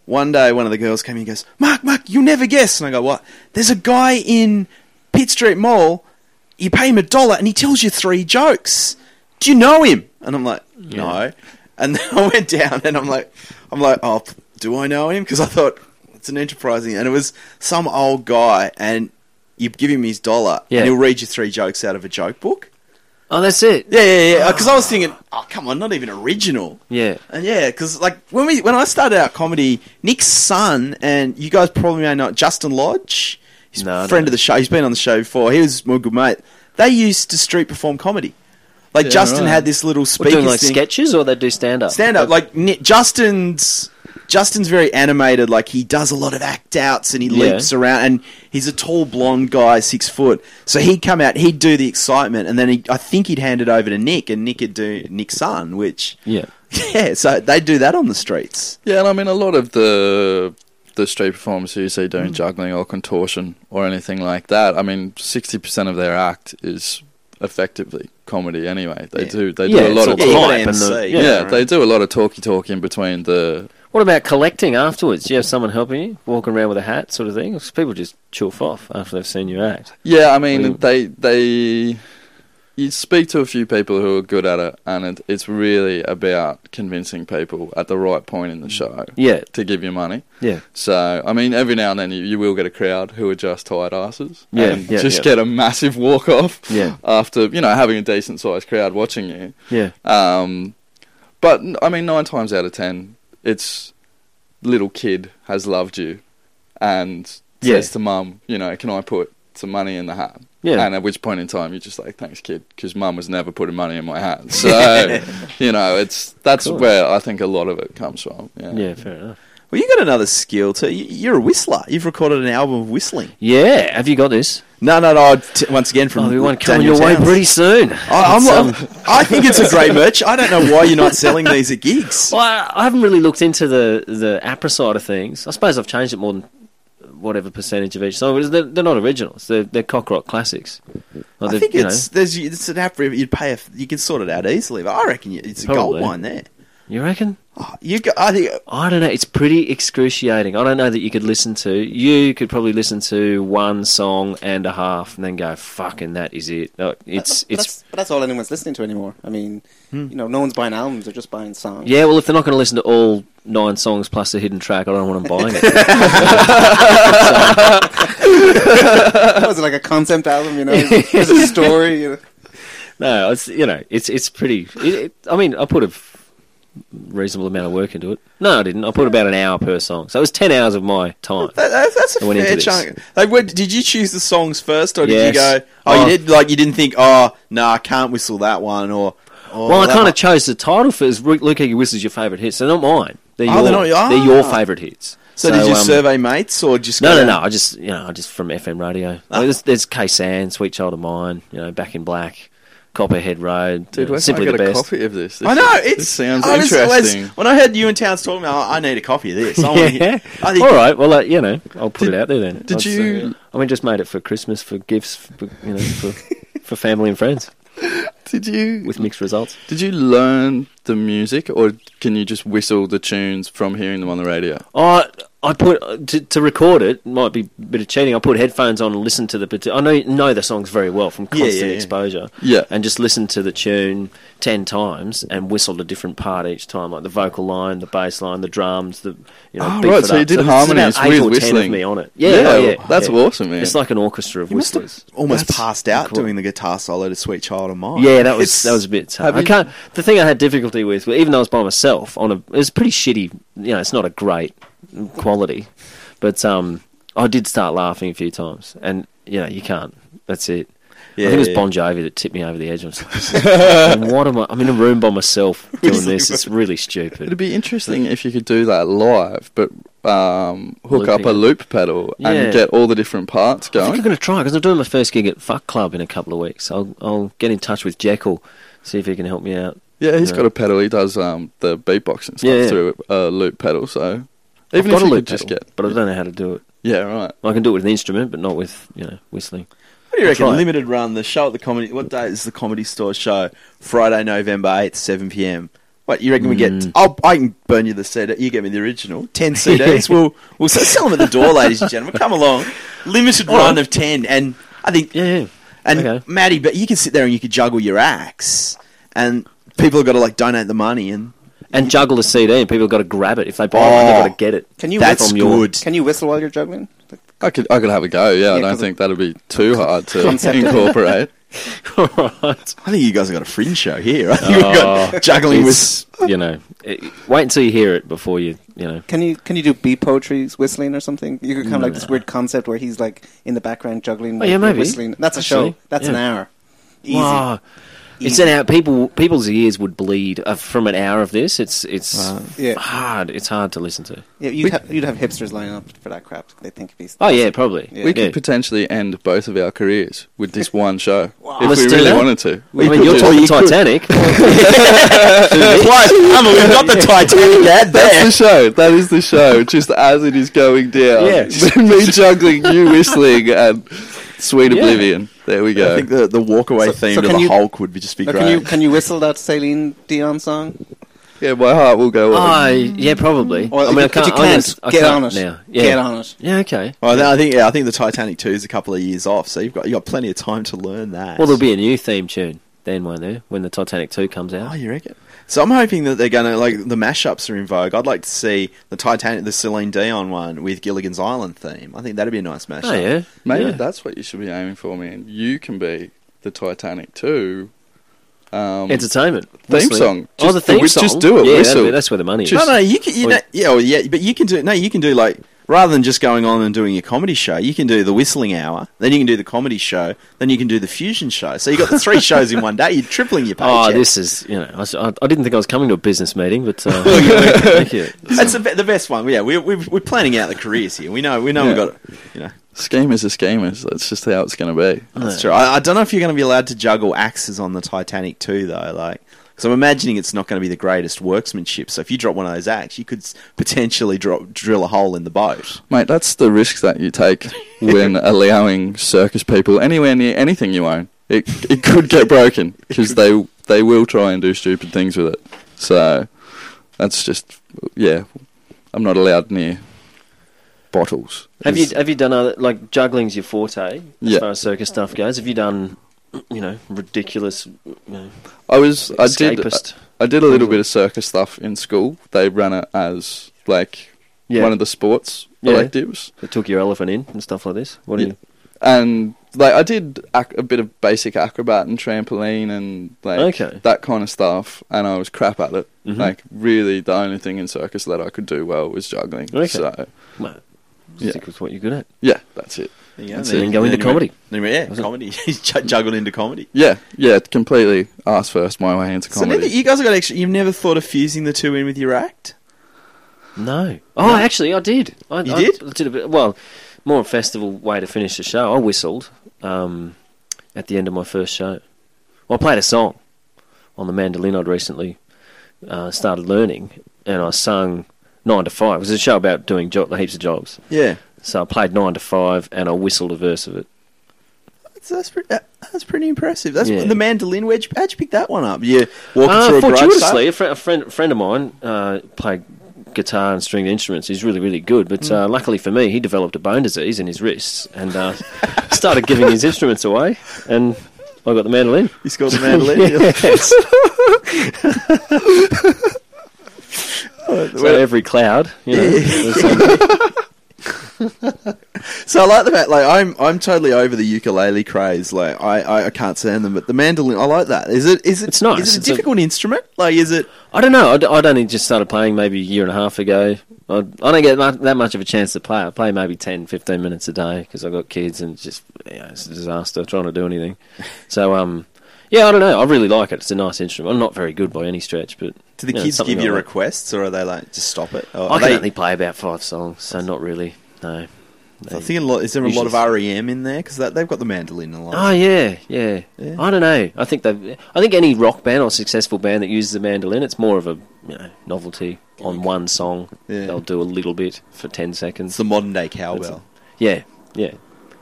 one day one of the girls came in and goes, "Mark, Mark, you'll never guess." And I go, "What?" There's a guy in Pitt Street Mall. You pay him a dollar, and he tells you three jokes. Do you know him? And I'm like, "No." And then I went down, and I'm like, "I'm like, oh, do I know him?" Because I thought it's an enterprising, and it was some old guy, and you give him his dollar, Yeah. and he'll read you three jokes out of a joke book. Oh, that's it. Yeah, yeah, Ah. yeah. Because I was thinking, oh come on, not even original. Yeah. And yeah, because like when we when I started out comedy, Nick's son and you guys probably may not Justin Lodge, he's No, a I friend don't. of the show. He's been on the show before. He was my good mate. They used to street perform comedy. Like Yeah, Justin right. had this little What, speaker doing like thing. sketches, or they do stand up. Stand up, like Ni- Justin's. Justin's very animated. Like he does a lot of act outs and he Yeah. leaps around. And he's a tall blonde guy, six foot. So he'd come out, he'd do the excitement, and then he, I think he'd hand it over to Nick, and Nick would do Nick's son, which Yeah. yeah. So they do that on the streets. yeah, and I mean a lot of the the street performers who you see doing juggling or contortion or anything like that. I mean, sixty percent of their act is effectively comedy anyway. They Yeah. do they Yeah, do a it's lot all of the you talk- gotta hype and MC, the- yeah, yeah, right. they do a lot of talky talk in between the What about collecting afterwards? Do you have someone helping you, walking around with a hat, sort of thing? 'Cause people just choof off after they've seen you act. Yeah, I mean, Well, you- they they you speak to a few people who are good at it, and it, it's really about convincing people at the right point in the show Yeah, to give you money. yeah, So, I mean, every now and then you, you will get a crowd who are just tired asses Yeah, and yeah, just yeah. get a massive walk off Yeah. after you know having a decent sized crowd watching you. yeah. Um, but n- I mean, nine times out of ten, it's little kid has loved you and Yeah. says to mum, you know, can I put some money in the hat. Yeah. And at which point in time, you're just like, thanks, kid, because mum was never putting money in my hat. So, you know, it's that's Of course. where I think a lot of it comes from. Yeah. Yeah, fair enough. Well, you got another skill too. You- You're a whistler. You've recorded an album of whistling. Yeah, have you got this? No, no, no. T- once again, from Oh, we want coming Daniel your way Towns. pretty soon. I, It's, I'm, um, I think it's a great merch. I don't know why you're not selling these at gigs. Well, I- I haven't really looked into the the APRA side of things. I suppose I've changed it more than whatever percentage of each song. But they're, they're not originals. They're they're cock rock classics. Like I they've- think you know, it's there's it's an app you'd pay if you can sort it out easily. But I reckon you- it's a gold Probably. mine there. you reckon? Oh, you go, I think I don't know. It's pretty excruciating. I don't know that you could listen to. You could probably listen to one song and a half, and then go, "Fucking, that is it." Like, it's But it's Hmm. that's, but that's all anyone's listening to anymore. I mean, you know, no one's buying albums; they're just buying songs. yeah. Well, if they're not going to listen to all nine songs plus the hidden track, I don't want them buying it. was it like a concept album? You know, there's a story. You know? No, it's you know, it's it's pretty. It, it, I mean, I put a f- reasonable amount of work into it. No, I didn't. I put about an hour per song, so it was ten hours of my time. that, that, that's a I went fair into this. chunk. Like, what, did you choose the songs first, or did you Yes. go? Oh, Oh. you did. Like, you didn't think? Oh, no, I can't whistle that one. Or, or well, I that kind one. of chose the title for is Luke Luke Heggie Whistler's your favourite hits. They're not mine. They're Oh, your, they're not- ah. they're your favourite hits. So, did you um, survey mates, or just No, go- no, no. I just you know, I just from FM radio. Like, Ah. there's, there's K San, Sweet Child of Mine. You know, Back in Black, Copperhead Road. Dude, you know, where simply can I the get a best. copy of this? this I know is- it's this sounds I was- I was- interesting. when I heard you and Towns talking, about, oh, I need a copy of this. I wanna hear- Yeah. I think, All right. Well, uh, you know, I'll put it out there then. did I'd you- say- I mean, just made it for Christmas, for gifts, for, you know, for, for family and friends, Did you with mixed results. Did you learn the music, or can you just whistle the tunes from hearing them on the radio? I I put uh, to, to record it might be a bit of cheating. I put headphones on and listen to the. parti- I know know the songs very well from Yeah, yeah, constant yeah. exposure. Yeah. and just listen to the tune ten times and whistled a different part each time, like the vocal line, the bass line, the drums, the you know. Oh, beef right, it so you up. did there's about harmonies eight with or 10 of whistling. me on it. Yeah, Yeah, oh, yeah, well, that's yeah. awesome, man. It's like an orchestra of You must whistlers. have almost That's passed out cool. doing the guitar solo to "Sweet Child of Mine." Yeah, that was It's- that was a bit tough. Have I you- can't. The thing I had difficulty with, even though I was by myself, on a it was pretty shitty. You know, it's not a great quality, but um, I did start laughing a few times, and you know, you can't. That's it. I think it was Yeah. Bon Jovi that tipped me over the edge. I was like, what am I? I'm in a room by myself doing this. It's really It'd stupid. be interesting if you could do that live, but um, hook up Looping a it. loop pedal Yeah. and get all the different parts I think going. I'm going to try because I'm doing my first gig at Fuck Club in a couple of weeks. I'll I'll get in touch with Jekyll, see if he can help me out. Yeah, he's Yeah. got a pedal. He does um, the beatbox and stuff Yeah, yeah. through a loop pedal. I've So even got if a you loop could just pedal, get, but I don't know how to do it. yeah, right. I can do it with an instrument, but not with you know whistling. What do you reckon? Try it. Limited run, the show at the comedy. What day is the comedy store show? Friday, November eighth, seven pm. What you reckon we get? I'll, I can burn you the CD. You get me the original ten CDs. we'll we'll s- sell them at the door, ladies and gentlemen. Come along. Limited run of ten, and I think Yeah, yeah. and Okay. Maddie, but you can sit there and you can juggle your acts, and people have got to like donate the money, and and juggle the CD, and people have got to grab it. If they buy one, Oh, they've got to get it. Can you That's whistle? good. Can you whistle while you're juggling? I could I could have a go. Yeah, I Yeah, don't 'cause think that'd be too hard to Concept. incorporate. All right. I think you guys have got a fringe show here. I think we've got juggling with. It's, you know, it, wait until you hear it before you, you know. Can you can you do beat poetry whistling or something? You could kind of like this weird concept where he's like in the background juggling. Oh, while yeah, you're maybe. Whistling. That's a show. Actually, That's an yeah. hour. Easy. Wow. It's Easy. an hour. People, people's ears would bleed uh, from an hour of this. It's it's Uh, Yeah. hard. It's hard to listen to. Yeah, you'd, have, you'd have hipsters lining up for that crap. They think it'd be. Oh yeah, probably. Yeah. We Yeah. could potentially end both of our careers with this one show if Let's we do really that. wanted to. I mean, you're talking Titanic. Close. I mean, we've got the Titanic ad That's there. the show. That is the show. Just as it is going down. Yeah. Me juggling, you whistling, and sweet Yeah. oblivion. There we I go. think the, the walkaway So- theme so to can the you- Hulk would be, just be Now, great. can you can you whistle that Celine Dion song? yeah, my heart will go on. oh, yeah, probably. Or I mean, I if you can't. I'm can't, gonna- I get on can't it. now. Yeah. Get on it. Yeah. Okay. Well, then Oh, I think yeah, I think the Titanic two is a couple of years off, so you've got you have got plenty of time to learn that. Well, there'll be a new theme tune then, won't there? When the Titanic two comes out. Oh, you reckon? So I'm hoping that they're going to like the mashups are in vogue. I'd like to see the Titanic, the Celine Dion one with Gilligan's Island theme. I think that'd be a nice mashup. Oh yeah. Maybe yeah. that's what you should be aiming for, man. You can be the Titanic too. Um, Entertainment Theme Whistling. song. oh, Just- the theme just song. do Yeah, it, that'd whistle. be- that's where the money is. Oh, No, no, you can, you Or- know, yeah, well, yeah, but you can do no, you can do like rather than just going on and doing your comedy show, you can do the Whistling Hour, then you can do the comedy show, then you can do the Fusion show. So you got the three shows in one day. You're tripling your Oh, paycheck. this is you know. I s- I, I didn't think I was coming to a business meeting, but uh, thank you. That's the, be- the best one. Yeah, we, we, we're planning out the careers here. We know we know we've Yeah. got you know. Schemers are schemers. That's just how it's going to be. Oh, That's true. I, I don't know if you're going to be allowed to juggle axes on the Titanic too, though. Like, because I'm imagining it's not going to be the greatest workmanship. So if you drop one of those axes, you could s- potentially drop drill a hole in the boat. Mate, that's the risk that you take when allowing circus people anywhere near anything you own. It it could get broken because they they will try and do stupid things with it. So that's just yeah. I'm not allowed near bottles. Have you have you done other like juggling's your forte as Yeah. far as circus stuff goes? Have you done you know ridiculous? You know, I was I did uh, escapist? I did a little bit of circus stuff in school. They ran it as like Yeah. one of the sports Yeah. electives. that took your elephant in and stuff like this. What do Yeah. you? and like I did ac- a bit of basic acrobat and trampoline and like Okay. that kind of stuff, and I was crap at it. Mhm. Like really, the only thing in circus that I could do well was juggling. Okay. So Well, Yeah. stick with what you're good at. yeah, that's it. There you go. That's There it. you- And go there into you went- comedy. there you went- That's Yeah, it. comedy. He's ju- juggled into comedy. Yeah, yeah, completely ass first, my way into So never, comedy. you guys have got actually. You've never thought of fusing the two in with your act. No. Oh, actually, I did. I, You I did? I did a bit. Well, more a festival way to finish the show. I whistled um, at the end of my first show. Well, I played a song on the mandolin I'd recently uh, started learning, and I sung Nine to Five. It was a show about doing jo- heaps of jobs. Yeah, So I played Nine to Five, and I whistled a verse of it. that's that's, pre- that- that's pretty impressive. That's Yeah. the mandolin wedge. How'd you pick that one up? Yeah, walking Uh, through a garage sale? fortuitously, a, fri a friend, a friend of mine uh, played guitar and stringed instruments. He's really, really good. Hmm. But uh, luckily for me, he developed a bone disease in his wrists and uh, started giving his instruments away. And I got the mandolin. You scored the mandolin. Yes. so every cloud, you know, was, um, So I like the fact, like I'm, I'm totally over the ukulele craze. Like I, I, I can't stand them, but the mandolin, I like that. Is it, is it, It's nice. Is it a It's a- difficult instrument? Like, is it? I don't know. I'd, I'd only just started playing maybe a year and a half ago. I, I don't get mu that much of a chance to play. I play maybe 10, 15 minutes a day because I've got kids and it's just you know, it's a disaster trying to do anything. So, um, yeah, I don't know. I really like it. It's a nice instrument. I'm not very good by any stretch, but Do the you know, kids something give you like that. requests, or are they like just stop it? Or I are can they- only play about five songs, so not really. No. I think a lot. Is there a lot of REM in there? Because they've got the mandolin a lot. Oh yeah, yeah, Yeah. I don't know. I think they. I think any rock band or successful band that uses the mandolin, it's more of a you know, novelty on one song. Yeah. They'll do a little bit for ten seconds. It's the modern day cowbell. Yeah, yeah,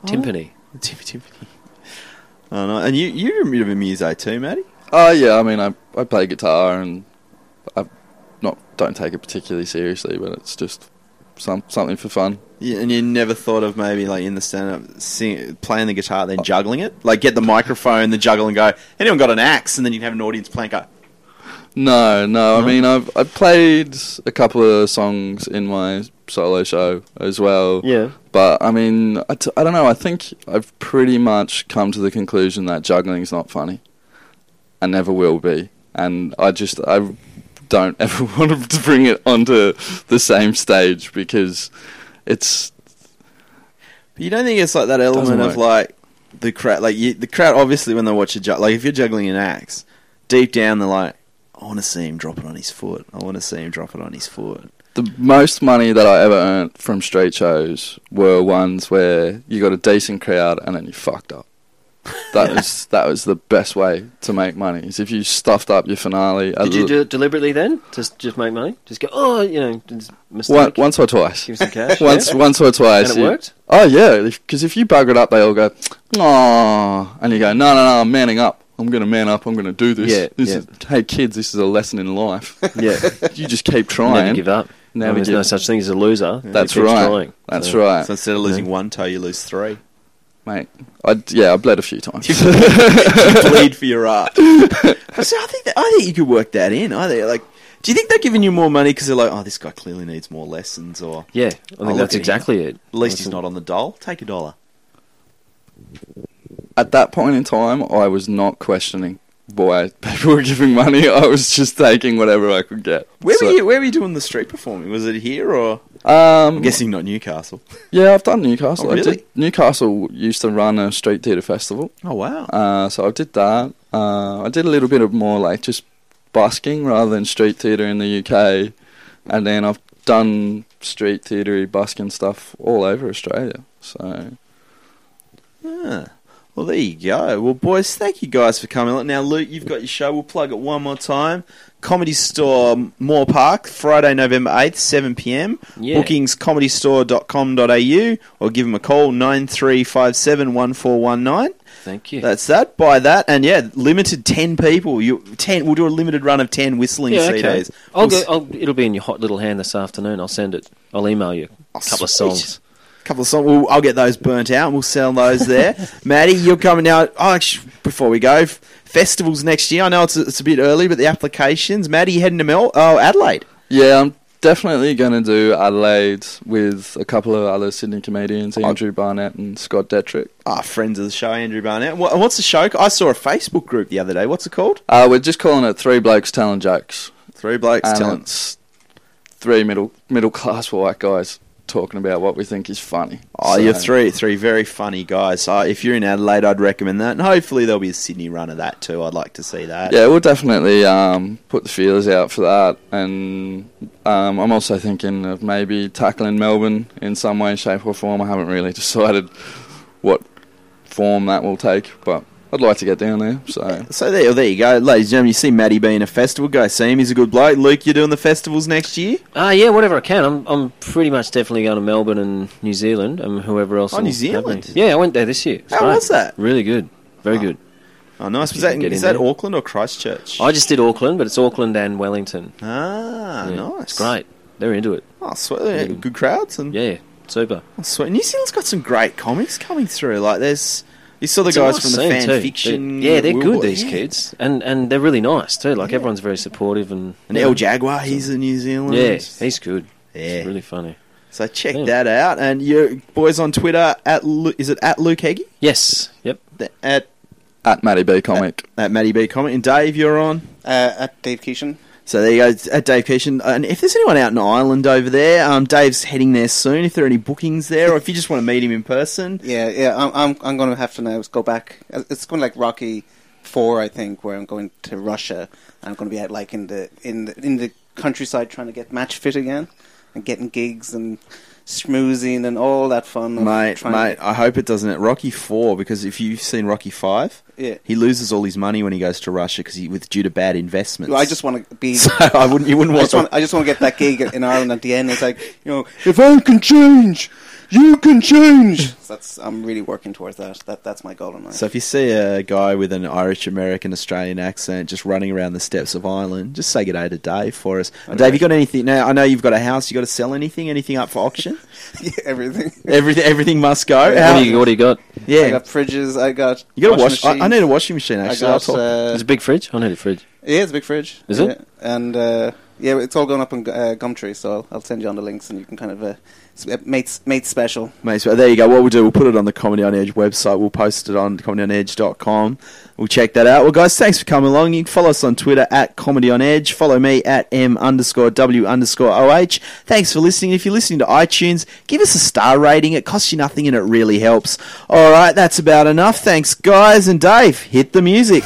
timpani. Timmy, Timmy. I don't know. And you, you're a bit of a muso too, Matty. Oh yeah, I mean, I I play guitar and I not don't take it particularly seriously, but it's just some something for fun. Yeah, and you never thought of maybe like in the stand up sing, playing the guitar then juggling it? Like get the microphone, the juggle and go, anyone got an axe? And then you'd have an audience playing go, No, no. I mean, I've I played a couple of songs in my solo show as well. Yeah. But I mean, I, t- I don't know. I think I've pretty much come to the conclusion that juggling's not funny, and never will be. And I just I don't ever want to bring it onto the same stage because it's But you don't think it's like that element of work. like the crowd, like you, the crowd. Obviously, when they watch a juggle, like if you're juggling an axe, deep down they're like, I want to see him drop it on his foot. I want to see him drop it on his foot. The most money that I ever earned from street shows were ones where you got a decent crowd and then you fucked up. That was that was the best way to make money. Is if you stuffed up your finale. a Did you little- do it deliberately then? Just just make money? Just go? Oh, you know, just mistake. One- once or twice? Give him some cash. Once yeah? once or twice. And it you- worked? Oh yeah, because if you bugger it up, they all go, "Aw," and you go, "No, no, no, I'm manning up. I'm gonna man up. I'm gonna do this. Yeah, this yeah. Is, hey kids, this is a lesson in life. yeah. you just keep trying. Never give up. Never I mean, there's give- no such thing as a loser. That's He keeps right. trying. That's So- right. So instead of losing one toe, you lose three. mate. I yeah, I bled a few times. You bleed for your art. But so I think that, I think you could work that in. I think like, do you think they're giving you more money because they're like, oh, this guy clearly needs more lessons, or Yeah, I Oh, think look at that's him. exactly it. at least he's not on the dole. Take a dollar. At that point in time, I was not questioning why people were giving money. I was just taking whatever I could get. Where So- were you? Where were you doing the street performing? Was it here or? Um, I'm guessing not Newcastle. Yeah, I've done Newcastle. Oh, I really? did. Newcastle used to run a street theatre festival, Oh wow. uh, so I did that. Uh, I did a little bit of more like just busking rather than street theatre in the UK, and then I've done street theatre busking stuff all over Australia. So Ah, well, there you go. Well, boys, thank you guys for coming. Now, Luke, you've got your show. We'll plug it one more time. Comedy Store Moore Park, Friday, November 8th, 7 p.m. Yeah. Bookings comedystore.com.au or give them a call 9357 1419. Thank you. That's that. Buy that. And yeah, limited 10 people. You 10 We'll do a limited run of 10 whistling CDs. yeah, okay. I'll We'll go, s- I'll, it'll be in your hot little hand this afternoon. I'll send it. I'll email you a couple of sweet. songs. couple of songs. We'll, I'll get those burnt out and we'll sell those there. Maddie, you're coming out. Oh, actually, before we go, f- festivals next year. I know it's a, it's a bit early, but the applications. Maddie, you heading to Mel? Oh, Adelaide. yeah, I'm definitely going to do Adelaide with a couple of other Sydney comedians, Oh. Andrew Barnett and Scott Detrick. Ah, friends of the show, Andrew Barnett. What, what's the show? I saw a Facebook group the other day. What's it called? Uh, we're just calling it Three Blokes Telling Jokes. Three Blokes and Telling. it's three middle middle class white guys talking about what we think is funny. Oh, So- you're three, three very funny guys. So if you're in Adelaide, I'd recommend that. And hopefully there'll be a Sydney run of that too. I'd like to see that. Yeah, we'll definitely um, put the feelers out for that, and um, I'm also thinking of maybe tackling Melbourne in some way, shape, or form. I haven't really decided what form that will take, but I'd like to get down there. So So there, there you go, ladies and gentlemen. You see Maddie being a festival, go see him. He's a good bloke. Luke, you're doing the festivals next year. Ah, yeah, whatever I can. I'm, I'm pretty much definitely going to Melbourne and New Zealand and whoever else. Oh, New will have me. Zealand. Yeah, I went there this year. It's How great. was that? Really good. Very good. Oh, nice. Was You that, can get is in that there. Auckland or Christchurch? I just did Auckland, but it's Auckland and Wellington. ah, Yeah, nice. Mm. It's great. They're into it. Oh, sweet. Yeah, Good crowds and Yeah, super. oh, sweet. New Zealand's got some great comics coming through. Like there's, you saw the It's a guys nice from the scene, fan too. They- fiction. yeah, they're Will good, Boy- these yeah. kids. And and they're really nice, too. Like, everyone's very supportive. And, And El Jaguar, he's in New Zealand. Yeah, he's good. Yeah. He's really funny. so check Yeah. that out. And you boys on Twitter at Lu- is it at Luke Heggie Yes, yep. Th- at at Matty B comic, at Matty B comment and Dave, you're on. Uh, at Dave Keeshan. So there you go, it's at Dave Pearson. And if there's anyone out in Ireland over there, um, Dave's heading there soon. If there are any bookings there, or if you just want to meet him in person, Yeah, yeah. I'm, I'm, I'm going to have to now go back. Uh, It's going like Rocky Four, I think, where I'm going to Russia. I'm going to be out like in the in the, in the countryside trying to get match fit again and getting gigs and schmoozing and all that fun. of Mate, trying mate, I hope it doesn't. Rocky Four, because if you've seen Rocky Five, Yeah. he loses all his money when he goes to Russia because he with due to bad investments. I just want to be. so I wouldn't. You wouldn't I want. just, to want, I just want to get that gig in Ireland at the end. It's like, you know, if I can change, you can change. So that's I'm really working towards that. That that's my goal in life. So if you see a guy with an Irish American Australian accent just running around the steps of Ireland, just say good day to Dave for us. And Dave, you got anything? Now I know you've got a house. You got to sell anything? Anything up for auction? Yeah, everything. everything, everything must go. What How- Uh, do you, what do you got? I yeah, got fridges. I got. you got a wash. washing I, I machines. need a washing machine. I Actually, I'll got. talk. Uh, There's a big fridge? I need a fridge. yeah, it's a big fridge. Is yeah. it? And uh, yeah, it's all going up on uh, Gumtree, so I'll, I'll send you on the links, and you can kind of uh, s- uh, mate mate special. Mate, so there you go. What we'll do, we'll put it on the Comedy on Edge website. We'll post it on comedyonedge.com. We'll check that out. Well, guys, thanks for coming along. You can follow us on Twitter at Comedy on Edge. Follow me at M underscore W underscore OH. Thanks for listening. If you're listening to iTunes, give us a star rating. It costs you nothing and it really helps. All right, that's about enough. Thanks, guys. And Dave, hit the music.